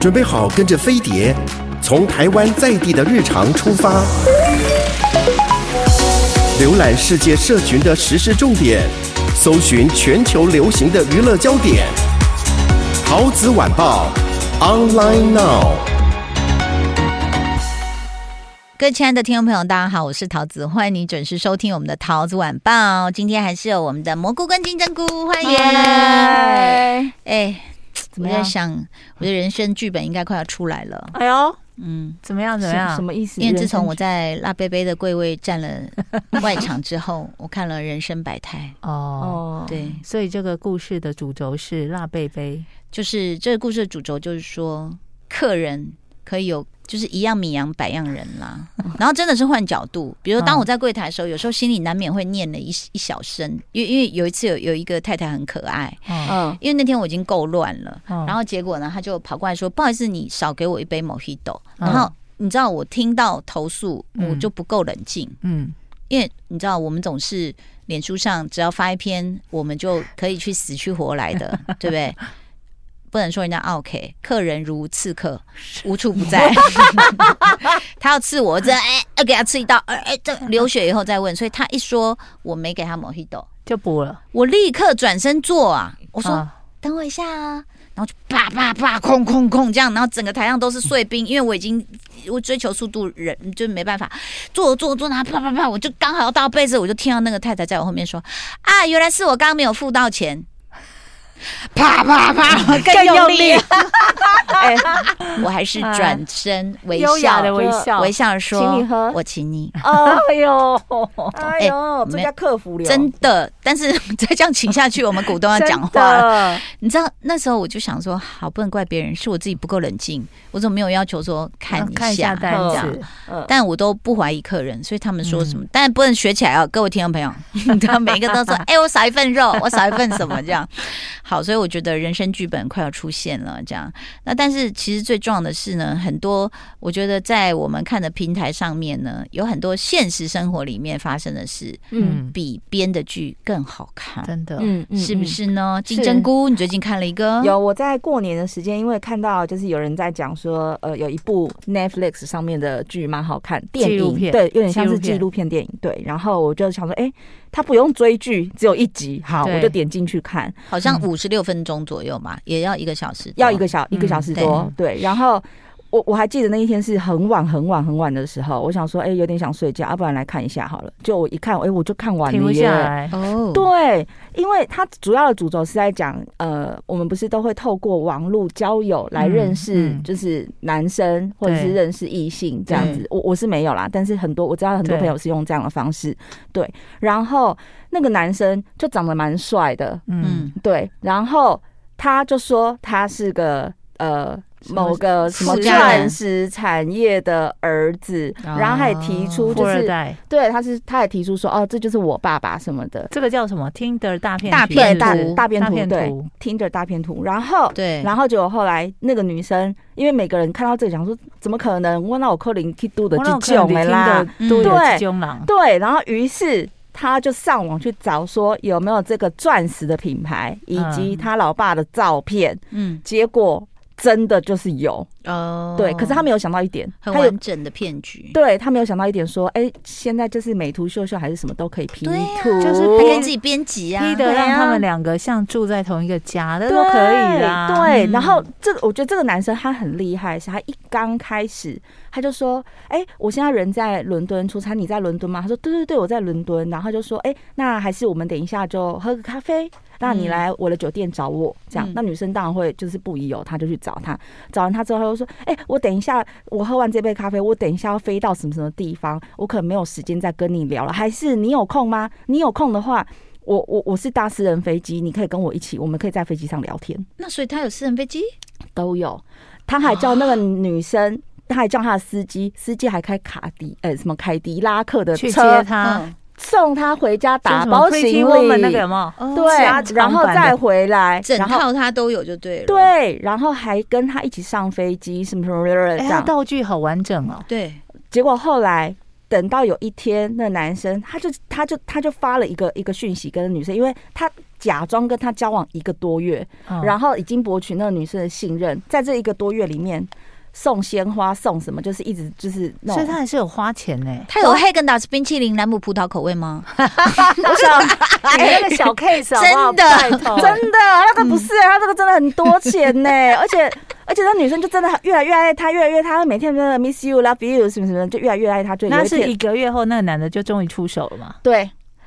准备好跟着飞碟，从台湾在地的日常出发，浏览世界社群的时事重点，搜寻全球流行的娱乐焦点。桃子晚报，online now。各位亲爱的听众朋友，大家好，我是桃子，欢迎你准时收听我们的桃子晚报。今天还是有我们的蘑菇跟金针菇，欢迎。哎、耶！我怎么在样？想，我的人生剧本应该快要出来了。哎呦，嗯，怎么样？怎么什样？什么意思？因为自从我人在辣杯杯的柜位占了外场之后，我看了人生百态。生哦，哦，对，所以这个故事的主轴是辣贝贝。就是这个故事的主轴，就是说客人可以有。就是一样米养百样人 啦，然后真的是换角度。比如当我在柜台的时候，有时候心里难免会念了一一小声，因为因为有一次有有一个太太很可爱，哦嗯，因为那天我已经够乱了，哦然后结果呢，他就跑过来说：“不好意思，你少给我一杯 Mojito。”嗯然后你知道我听到投诉，嗯我就不够冷静，嗯，因为你知道我们总是脸书上只要发一篇，我们就可以去死去活来的，对不对？不能说人家 OK，客人如刺客，无处不在。他要刺我，我真的哎，要给他刺一刀，哎哎，这流血以后再问。所以他一说我没给他 Mojito，就补了。嗯我立刻转身做啊，我我说。等我一下啊，然后就叭叭叭，空空空这样，然后整个台上都是碎冰，因为我已经我追求速度人就没办法，做做做，然后啪啪啪，我就刚好要到被子，我就听到那个太太在我后面说啊，原来是我刚刚没有付到钱。啪啪啪，更用力！ 哎，我还是转身微优雅笑，的微笑，微笑地说：“请你喝我请你。哎呦，哎哎呦，没这叫克服”了，真的，但是 再这样请下去，我们股东要讲话了。了，你知道那时候我就想说，好，不能怪别人，是我自己不够冷静，我怎么没有要求说看嗯看一下单这样子。嗯，但我都不怀疑客人，所以他们说嗯什么，但不能学起来哦，各位听众 朋友，他每一个都说，哎、我少一份肉，我少一份什么这样。好，所以我觉得人生剧本快要出现了这样。那但是其实最重要的是呢，很多我觉得在我们看的平台上面呢，有很多现实生活里面发生的事，嗯嗯，比编的剧更好看，真的，嗯嗯，是不是呢？是金针菇，你最近看了一个嗯？有，我在过年的时间，因为看到就是有人在讲说，呃，有一部 Netflix 上面的剧蛮好看，电纪录影片对，有点像纪是录片纪录片电影，对。然后我就想说，哎，它不用追剧，只有一集，好，对我就点进去看，好像五十六分钟左右嘛，也要一个小时多，嗯哦要一个小一个嗯小时对多，对。然后我我还记得那一天是很晚很晚很晚的时候，我想说，哎，有点想睡觉，要不然来看一下好了。就我一看，哎，我就看完停了不下耶。来。哦，对，因为它主要的主轴是在讲，呃，我们不是都会透过网络交友来认识嗯，嗯就是男生、或者是对认识异性这样子。我我是没有啦，但是很多我知道很多对朋友是用这样的方式。对，然后那个男生就长得蛮帅的，嗯，嗯，对，然后他就说他是个呃。什么某个什么富家人钻石产业的儿子，然后他也提出富就二是代，对，他是他也提出说哦，这就是我爸爸什么的，这个叫什么？Tinder 大片大图片对是不大是大便大图片对图 Tinder 大片图，然后对，然后结果后来那个女生，因为每个人看到这个想说怎么可能，我那我扣零去度的我那就有救看没啦，你 Tinder 都有对这种人对，然后于是。她就上网去找说有没有这个钻石的品牌，以及嗯她老爸的照片。嗯结果真的就是有，哦，对。可是她没有想到一点，很她有完整的骗局，对她没有想到一点，说，哎，现在就是美图秀秀还是什么都可以 P 对啊图，就是还可以跟自己编辑啊， ，P 的对让啊他们两个像住在同一个家，那对都可以啦。对，嗯然后这个我觉得这个男生他很厉害，是他一刚开始他就说：“哎、我现在人在伦敦出差，你在伦敦吗？”他说：“对对对，我在伦敦。”然后他就说：“哎、那还是我们等一下就喝个咖啡，那你嗯来我的酒店找我。”这样嗯，那女生当然会就是不疑有他，就去找他。找完他之后，他就说：“哎、我等一下，我喝完这杯咖啡，我等一下要飞到什么什么地方，我可能没有时间再跟你聊哦了，还是你有空吗？你有空的话。”我我我是搭私人飞机，你可以跟我一起，我们可以在飞机上聊天。那所以他有私人飞机，都有。他还叫那个女生，他还叫他的司机，司机还开卡迪，呃、什么凯迪拉克的去车接他，嗯送他回家打就什么包 Pretty 行 Woman 李，嗯那个有没有？哦加对，长然后版的再回来，整然后套他都有就对了，对，然后还跟他一起上飞机，什么什么什么这哎，他样。道具好完整哦。对，结果后来等到有一天，那男生他就他就他就发了一个一个讯息跟女生，因为他假装跟他交往一个多月，嗯然后已经博取那个女生的信任，在这一个多月里面送鲜花送什么，就是一直就是那所以种他还是有花钱呢、他有黑根达斯冰淇淋、蓝姆葡萄口味吗？我想你那个小 case 好不好真的拜托哎真的，那个不是，他这个真的很多钱呢，而且而且那女生就真的越来越爱他，越来越他每天真的 miss you love you 什么什么的，就越来越爱他，就有那一是天一个月后，那个男的就终于出手了嘛？对。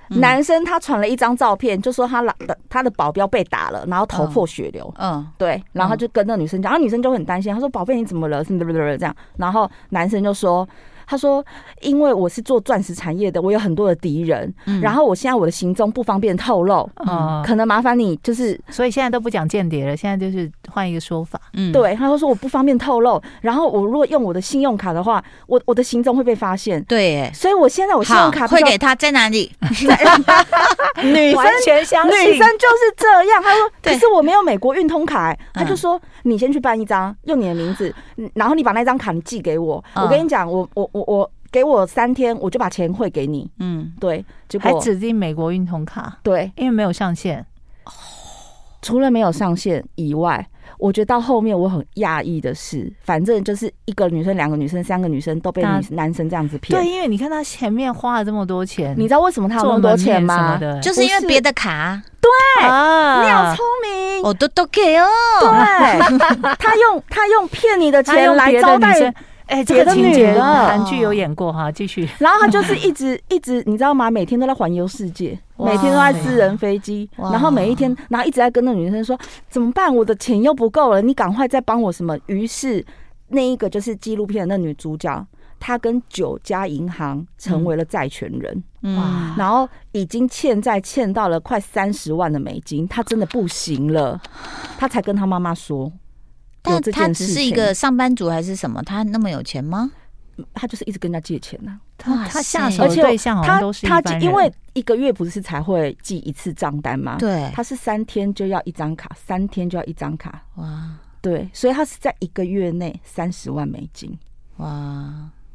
嗯男生他传了一张照片，就说他老的他的保镖被打了，然后头破血流。嗯，对，然后嗯就跟那女生讲，啊然后女生就很担心，她说：“宝贝，你怎么了？”什么什么什么这样。然后男生就说：“他说，因为我是做钻石产业的，我有很多的敌人，嗯然后我现在我的行踪不方便透露，哦、可能麻烦你就是所以现在都不讲间谍了，现在就是换一个说法。嗯，对。”他就说：“我不方便透露，然后我如果用我的信用卡的话，我我的行踪会被发现，对，哎所以我现在我信好用卡，会必须给他在哪 里？要女生完全相信女生就是这样， 她说：“对可是我没有美国运通卡、欸。”她就嗯说：“你先去办一张，用你的名字，嗯然后你把那张卡你寄给我。嗯我跟你讲，我我我我给我三天，我就把钱汇给你。嗯，”对，结还果指定美国运通卡，对，因为没有上线。除了没有上线以外，我觉得到后面我很讶异的是，反正就是一个女生、两个女生、三个女生都被大女男生这样子骗对，。因为你看他前面花了这么多钱，你知道为什么他有那做么多门钱面什么吗？的，就是因为不是别的卡，啊，你好聪明，我都都给哦。对， 他用哦他用骗你的他钱用来别的招女待生。哎，这别个的情女节的韩剧有演过哈，继续。然后他就是一直一直，你知道吗？每天都在环游世界，哇每天都在私人飞机，哇然后每一天，然后一直在跟那女生说怎么办？我的钱又不够了，你赶快再帮我什么？于是那一个就是纪录片的那女主角，她跟九家银行成为了债权人，嗯，然后已经欠债欠到了快三十万的美金，她真的不行了，她才跟她妈妈说。有啊但这他件只事是一情个上班族还是什么？他那么有钱吗？她就是一直跟人家借钱呐、啊他哇塞他下手而的且对象好像都是一他般他人因为一个月不是才会寄一次账单吗？，对，他是三天就要一张卡，三天就要一张卡，哇对，所以他是在一个月内三十万美金，哇，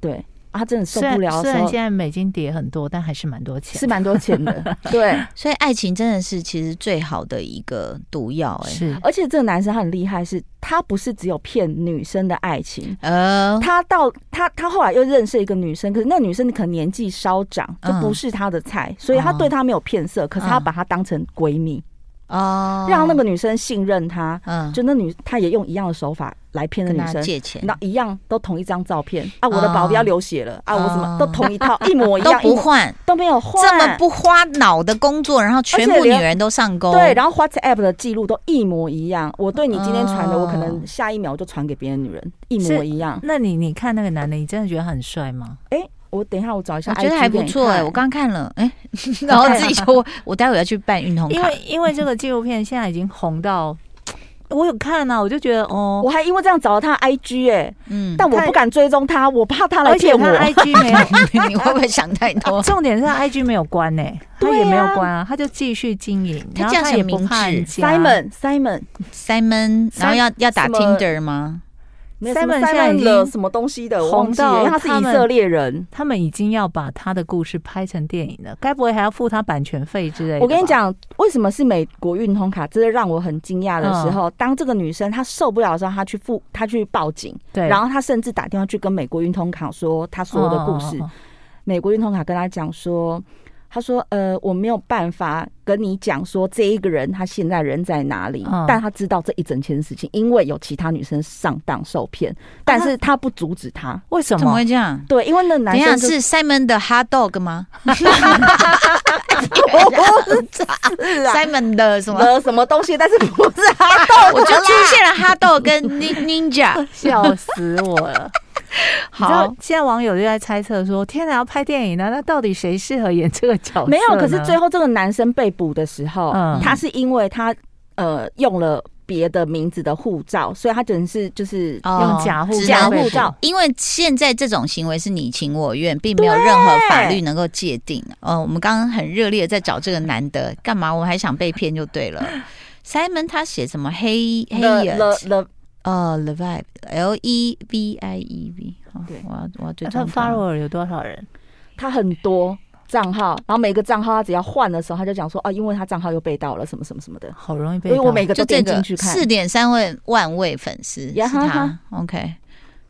对，啊、他真的受虽然不了虽的时然候现在美金跌很多，但还是蛮多钱是。蛮多钱 的，对，所以爱情真的是其实最好的一个毒药，哎，是而且这个男生他很厉害是，他不是只有骗女生的爱情。嗯呃，他到他他后来又认识一个女生，可是那女生可能年纪稍长，就嗯不是他的菜，所哦以他对她没有骗色，可是他嗯把她当成闺蜜，哦，让那个女生信任他，嗯，就那女，她也用一样的手法来骗那跟女他生，借钱，那一样都同一张照片啊，我的保镖流血了啊，我什么哦都同一套，一模一都样，一不模换，都没有换，这么不花脑的工作，然后全而部且女连人都上钩，对，然后 WhatsApp 的记录都一模一样，我对你今天传的，哦我可能下一秒就传给别的女人，一模一样。那你你看那个男的，你真的觉得他很帅吗？哎，我等一下我找一下我 IG 给觉你看，得啊还不错哎、我刚看了 哎、然后自己说我我待会要去办运动因卡为，因为这个纪录片现在已经红到，我有看啊，我就觉得哦我，还因为这样找了他 IG 哎，嗯，但我太不敢追踪他，我怕他来而且骗他我。 IG 没 有，你会不会想太啊多？重点是他 IG 没有关呢、他对也没有啊关啊，他就继续经营，他然这后样他很也不明怕智人家 Simon Simon Simon，然后要要打什么 Tinder 吗？没有什么 Simon 现在已 Simon 经了什么东西的，我忘记红了，到因为他是他以们色列人。他们已经要把他的故事拍成电影了，该不会还要付他版权费之类的？我跟你，讲，为什么是美国运通卡？真的让我很惊讶的时候，当这个女生她受不了的时候，她去付，她去报警，对，然后她甚至打电话去跟美国运通卡说她所有的故事。哦哦美国运通卡跟她讲说，她说呃，我没有办法跟你讲说这一个人他现在人在哪里，嗯但她知道这一整件事情，因为有其他女生上当受骗，但是她不阻止她。为什怎么么会？这样？对，因为那等男一生下就是啊 Simon 的 hot dog 吗 ？Simon 的什么？了什么东西，但是不是她我就出现了 hot dog 跟 nin- Ninja。 笑死我了！你知道好，现在网友就在猜测说：“天哪，要拍电影呢？那到底谁适合演这个角色呢？”没有，可是最后这个男生被捕的时候，哦啊嗯他是因为他呃用了别的名字的护照，所以他只能是就是哦用假护知假道照被护照捕。因为现在这种行为是你情我愿，并没有任何法律能够界定。呃，我们刚刚很热烈的在找这个男的，干嘛？我还想被骗就对了。Simon 他写什么黑黑了眼了了，呃 l e v i b L E V I E V，好对，我要我要追他踪的他。 follower 有多少人？他很多，账号，然后每个账号他只要换的时候，他就讲说哦，因为他账号又被盗了，什么什么什么的。好容易被因为我每个就都这点进个去看，四点三万万位粉丝是呀哈他哈，OK。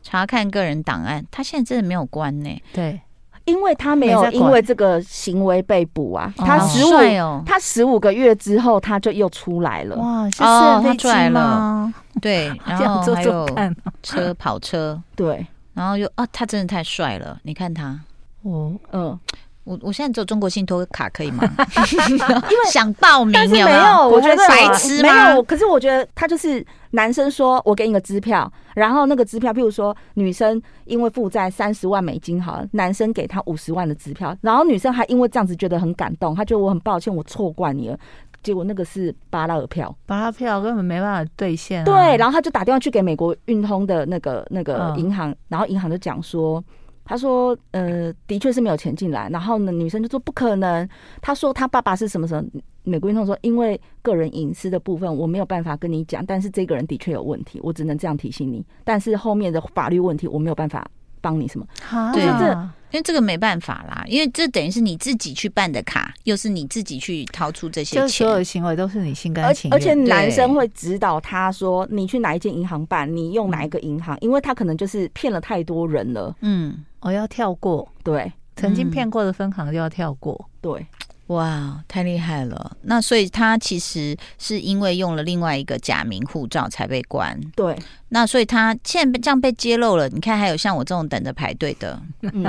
查看个人档案，他现在真的没有关呢、对因为他没没有在管因为这个行为被捕啊，哦他好十帅五哦，他十五个月之后他就又出来了，哇，是私哦人他飞出机来了 吗？对，然这样后做还做有看。 车跑车，对，然后又啊，他真的太帅了，你看他，哦，嗯，我我现在只有中国信托卡可以吗？ 因为想报名但是有没没有？我觉得白痴没吗有，可是我觉得他就是男生说，我给你个支票，然后那个支票，譬如说女生因为负债三十万美金好了，男生给他五十万的支票，然后女生还因为这样子觉得很感动，她觉得我很抱歉，我错怪你了。结果那个是巴拉尔票，巴拉票根本没办法兑现、啊。对，然后他就打电话去给美国运通的那个那个嗯银行，然后银行就讲说，他说呃，的确是没有钱进来，然后呢，女生就说不可能，他说他爸爸是什么什么，美国运通说因为个人隐私的部分我没有办法跟你讲，但是这个人的确有问题，我只能这样提醒你，但是后面的法律问题我没有办法帮你什么，啊对这因为这个没办法啦，因为这等于是你自己去办的卡，又是你自己去掏出这些就是所有钱的。行为都是你心甘而嗯情愿。而且男生对会指导他说你去哪一间银行办，你用哪一个银行，因为他可能就是骗了太多人了，嗯，我哦要跳过，对曾经嗯骗过的分行就要跳过。对，哇，太厉害了！那所以他其实是因为用了另外一个假名护照才被关。对，那所以他现在这样被揭露了，你看还有像我这种等着排队的，嗯。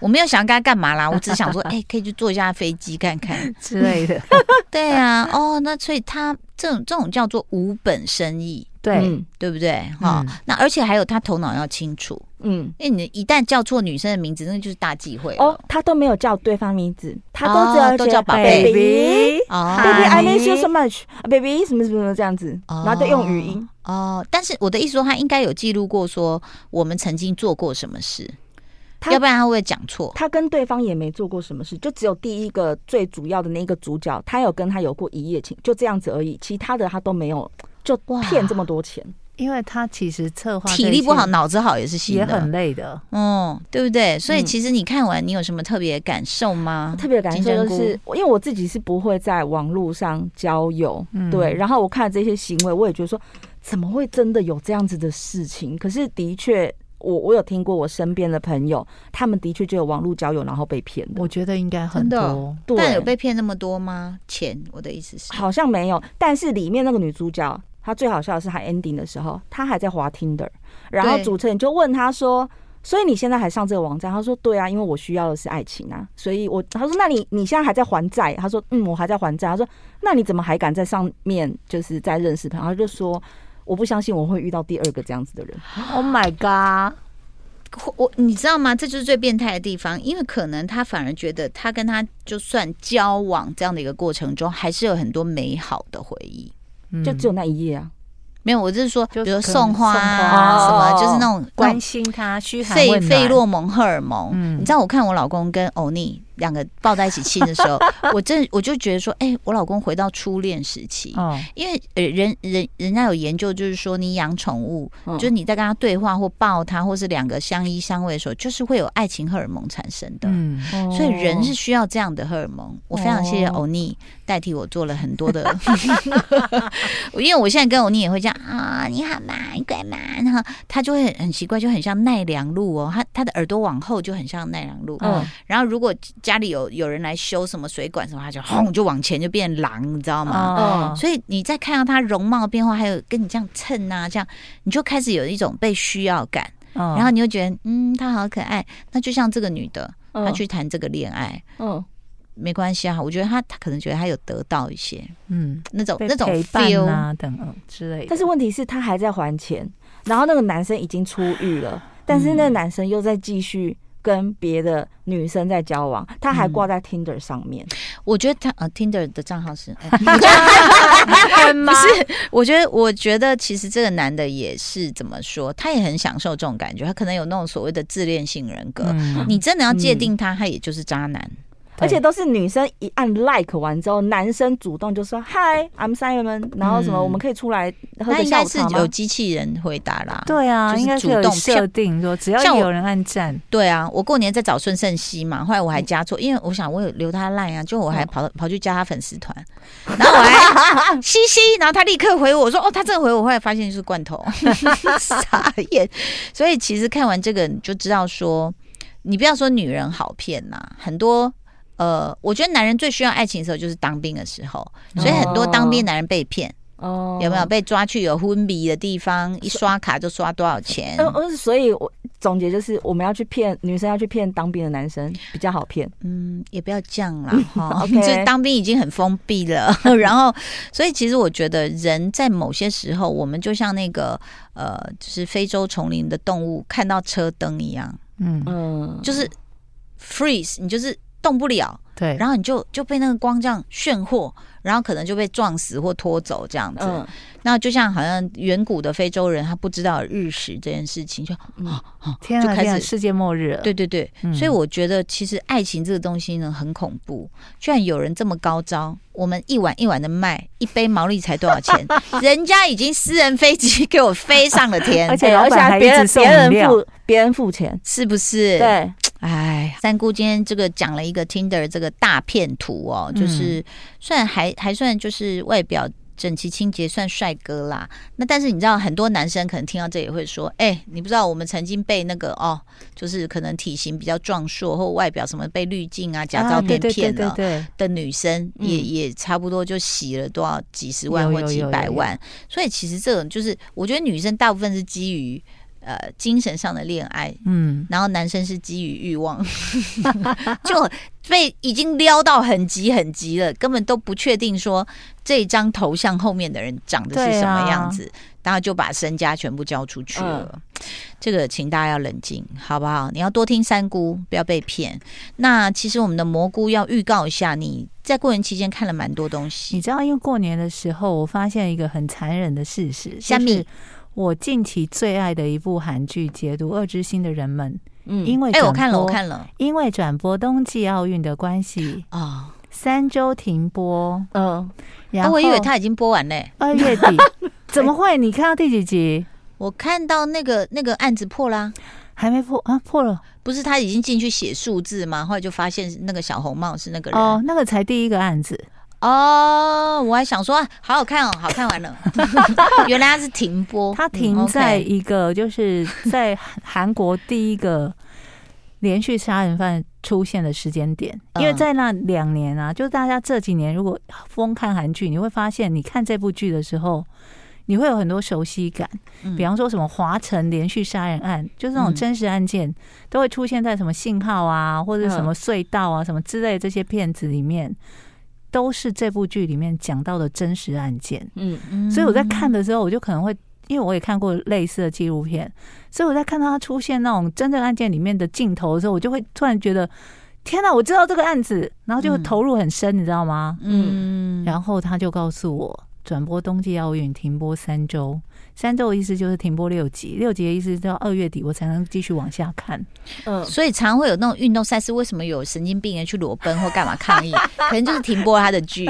我没有想要跟他干嘛啦，我只是想 说，哎、可以去坐一下飞机看看。之 嗯类的，对啊，哦，那所以他这种这种叫做无本生意， 对，嗯对不对？哈、嗯那而且还有他头脑要清楚，嗯，因为你一旦叫错女生的名字，那就是大忌讳了哦，他都没有叫对方名字，他哦都只有都叫宝贝 baby。哦 Baby, I 嗨 miss you so much. 啊 Baby，什么什么什么这样子，哦然后就用语音。哦，但是我的意思说，他应该有记录过说我们曾经做过什么事，他要不然他会讲错。他跟对方也没做过什么事，就只有第一个最主要的那个主角，他有跟他有过一夜情，就这样子而已，其他的他都没有，就哇骗这么多钱。因为他其实策划体力不好，，啊脑子好也是行也的，很累的。嗯，对不对？所以嗯其实你看完，你有什么特别的感受吗？特别感受就金针是，因为我自己是不会在网络上交友，嗯对。然后我看这些行为，我也觉得说，怎么会真的有这样子的事情？可是的确，我我有听过我身边的朋友，他们的确就有网络交友然后被骗的。我觉得应该很真的多哦。对，但有被骗那么多吗？钱，我的意思是，好像没有，但是里面那个女主角，她最好笑的是，她 ending 的时候，她还在滑 Tinder，然后对主持人就问她说。所以你现在还上这个网站？她说对啊，因为我需要的是爱情啊，所以我她说那你你现在还在还债？她说嗯，我还在还债。她说那你怎么还敢在上面就是在认识朋友？她就说我不相信我会遇到第二个这样子的人。 Oh my god！我你知道吗？这就是最变态的地方，因为可能他反而觉得他跟他就算交往这样的一个过程中，还是有很多美好的回忆。就嗯只有那一页啊，没有，我就是说，比就如说可能送花啊，送什花么，哦就是那种关心他，嘘寒费问费暖。洛蒙荷尔蒙。嗯你知道，我看我老公跟欧尼两个抱在一起亲的时候，我真 我就觉得说，哎、我老公回到初恋时期。哦，因为呃，人人人家有研究，就是说你养宠物，嗯就是你在跟他对话或抱他，或是两个相依相偎的时候，就是会有爱情荷尔蒙产生的。嗯，所以人是需要这样的荷尔蒙。我非常谢谢欧尼代替我做了很多的， 因为我现在跟欧尼也会这样啊，你好嘛，你乖嘛，然后他就会很很奇怪，就很像奈良鹿哦，他他的耳朵往后就很像奈良鹿。嗯然后如果家里有有人来修什么水管什么，他就轰就往前就变狼，你知道吗？哦，所以你在看到他容貌变化，还有跟你这样蹭啊，这样你就开始有一种被需要感，然然后你就觉得嗯，他好可爱。那就像这个女的，嗯她去谈这个恋爱，嗯，没关系啊，我觉得他他可能觉得他有得到一些嗯，那种被那种陪伴 feel，、啊等等之类的。但是问题是，他还在还钱，然后那个男生已经出狱了，但是嗯那个男生又在继续跟别的女生在交往，他还嗯挂在 Tinder 上 面。我觉得他呃 Tinder 的账号是， 哎我觉得 不是，我觉得我觉得其实这个男的也是怎么说，他也很享受这种感觉，他可能有那种所谓的自恋性人格。嗯你真的要界定他，他也就是渣男。而且都是女生一按 like 完之后，男生主动就说 Hi，I'm Simon，然后什么嗯我们可以出来喝那个应下该午是茶吗有？机器人回答啦。对啊，就是应该是主有动设定说，只要像我有人按赞，对啊，我过年在找孙胜熙嘛，后来我还加错，因为我想我有留他赖啊，就我还跑、跑去加他粉丝团，然后我还嘻嘻，然后他立刻回我我说哦，他真的回我，后来发现就是罐头， 傻眼。所以其实看完这个你就知道说，你不要说女人好骗呐、很多。呃，我觉得男人最需要爱情的时候就是当兵的时候，所以很多当兵男人被骗，哦有没有？被抓去有昏迷的地方，一刷卡就刷多少钱？嗯嗯，所以我总结就是，我们要去骗女生，要去骗当兵的男生比较好骗。嗯，也不要这样啦，哈，嗯 OK 就是当兵已经很封闭了， 然后，所以其实我觉得人在某些时候，我们就像那个呃，就是非洲丛林的动物看到车灯一样，嗯，嗯，就是 freeze，你就是动不了，对，然后你就就被那个光这样炫惑，然后可能就被撞死或拖走这样子。嗯，那就像好像远古的非洲人，他不知道日食这件事情，就嗯哦天就啊开天啊，始世界末日了，对对对，嗯所以我觉得其实爱情这个东西呢很恐怖，居然有人这么高招。我们一碗一碗的卖，一杯毛利才多少 钱？人家已经私人飞机给我飞上了天 而，且哎老而且板还还一别直人送别饮人料，付别人付钱，是不是？，对，哎，三姑今天这个讲了一个 Tinder 这个大片图哦，嗯就是、虽然还还算就是外表。整齐清洁算帅哥啦，那但是你知道很多男生可能听到这也会说，哎、你不知道我们曾经被那个哦，就是可能体型比较壮硕或外表什么被滤镜啊、假啊照片对骗对了对对、对的女生，嗯也也差不多就洗了多少几十万有或有几有百有有万，所以其实这种就是我觉得女生大部分是基于呃精神上的恋爱，嗯，然后男生是基于欲望， 就被已经撩到很急很急了，根本都不确定说这一张头像后面的人长得是对啊嗯什么样子，然后就把身家全部交出去了。这个请大家要冷静，好不好？你要多听三姑，不要被骗。那其实我们的蘑菇要预告一下，你在过年期间看了蛮多东你西，知道，因为过年的时候，我发现一个很残忍的事实，虾就米是我近期最爱的一部韩剧《解读恶之心的人们》，嗯因为哎、我转看了，我播看了因为转播冬季奥运的关系，哦，三周停播，嗯，然后啊我以为他已经播完嘞、二月底， 怎么会？你看到第几集？我看到那个那个案子破啦、还没破啊，破了不是他已经进去写数字吗？后来就发现那个小红帽是那个人。哦哦，，那个才第一个案子，我还想说啊好好看哦，好看完 了，原来他是停播，嗯它停在一个就是在韩 国第一个连续杀人犯出现的时间点，嗯因为在那两年啊，就是大家这几年如果疯看韩剧，你会发现，你看这部剧的时候。你会有很多熟悉感，嗯比方说什么华城连续杀人案，就是那种嗯真实案件，都会出现在什么信号啊，或者什嗯么隧道啊，什么之类的这些片子里面，都是这部剧里面讲到的真实案件。嗯，嗯所以我在看的时候，我就可能会，因为我也看过类似的纪录片，所以我在看到他出现那种真正案件里面的镜头的时候，我就会突然觉得，天哪，我知道这个案子，然后就嗯投入很深，你知道吗？嗯，然后他就告诉我，转播冬季奥运停播三周，三周的意思就是停播六集，六集的意思是到二月底我才能继续往 下看。嗯，所以常会有那种运动赛事，为什么有神经病人去裸奔或干嘛抗议？ 可能就是停播了他的剧，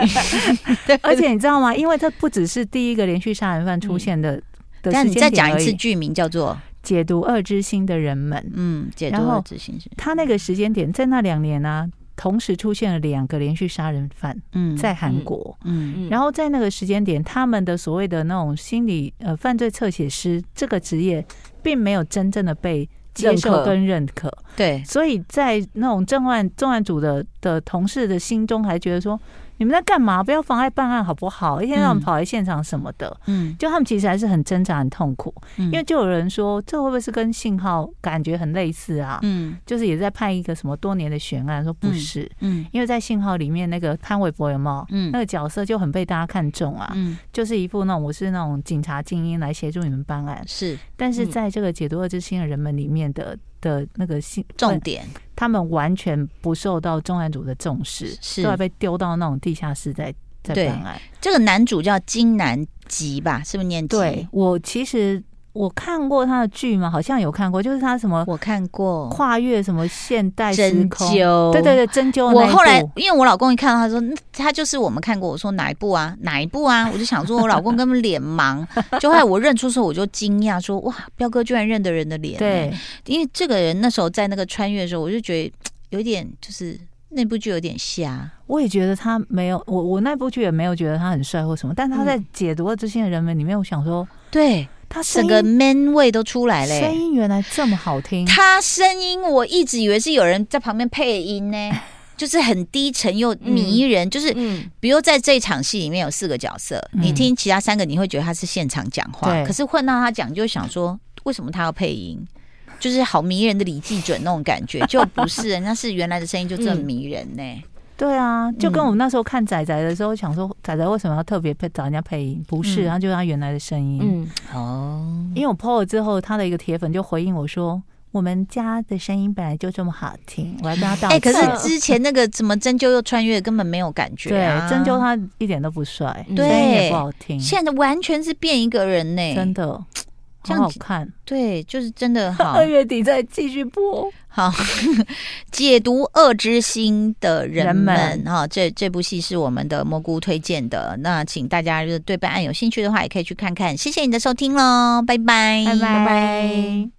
而且你知道吗？因为这不只是第一个连续杀人犯出现的。的嗯但时你再间点讲而一次已，剧名叫做解读恶之心的人们，嗯，解然脱后执行是他那个时间点在那两年呢、同时出现了两个连续杀人犯嗯在韩国，嗯然后在那个时间点，他们的所谓的那种心理呃犯罪侧写师这个职业，并没有真正的被接认受可跟认可，对所以在那种重案重案组的的同事的心中，还觉得说你们在干嘛？不要妨碍办案好不好？一天到晚嗯跑来现场什么的，嗯，就他们其实还是很挣扎、很痛苦，因因为就有人说这会不会是跟信号感觉很类似啊？嗯就是也在判一个什么多年的悬案，说不是，嗯因为在信号里面那个潘玮柏有没有？嗯那个角色就很被大家看中啊，嗯就是一副那种我是那种警察精英来协助你们办案，是但是在这个解读二之心的人们里面的的那个信重，点他们完全不受到重案组的重视，是都要被丢到那种地下室在在对办案。这个男主叫金南吉吧？是不是念吉？对，我其实我看过他的剧吗？好像有看过，就是他什么我看过跨越什么现代时针空，灸，对对对，针灸的那我一后来部，因为我老公一看到他说嗯他就是我们看过，我说哪一部啊，哪一部啊，我就想说我老公根本脸盲， 就后来我认出的时候我就惊讶说哇，彪哥居然认得人的脸、对，因为这个人那时候在那个穿越的时候，我就觉得嘖有点就是那部剧有点瞎，我也觉得他没有我我那部剧也没有觉得他很帅或什么，但嗯他在解读了这些人们里面，我想说对，他整声音个 man 味都出来嘞、声音原来这么好听，他声音我一直以为是有人在旁边配音 呢、就是很低沉又迷人，就是嗯，比如在这一场戏里面有四个角色，嗯你听其他三个，你会觉得他是现场讲话，对可是混到他讲，你就想说为什么他要配音？就是好迷人的李济准那种感 觉，就不是人家是原来的声音就这么迷人呢、对啊，就跟嗯我们那时候看仔仔的时候，想说仔仔为什么要特别配找人家配音？不是，嗯他就是他原来的声音。嗯，哦，因为我 PO 了之后，他的一个铁粉就回应我说：“我们家的声音本来就这么好听，我要跟他道哎、歉。可是之前那个什么针灸又穿越根本没有感觉、对啊，针灸他一点都不帅，嗯声音也对不好听，现在完全是变一个人呢、真的这好样哦好子看。对，就是真的好 二月底再继续播。好， 解读恶之心的人人们哈、这这部戏是我们的蘑菇推荐的，那请大家如果对本案有兴趣的话，也可以去看看。谢谢你的收听喽，拜拜，拜拜。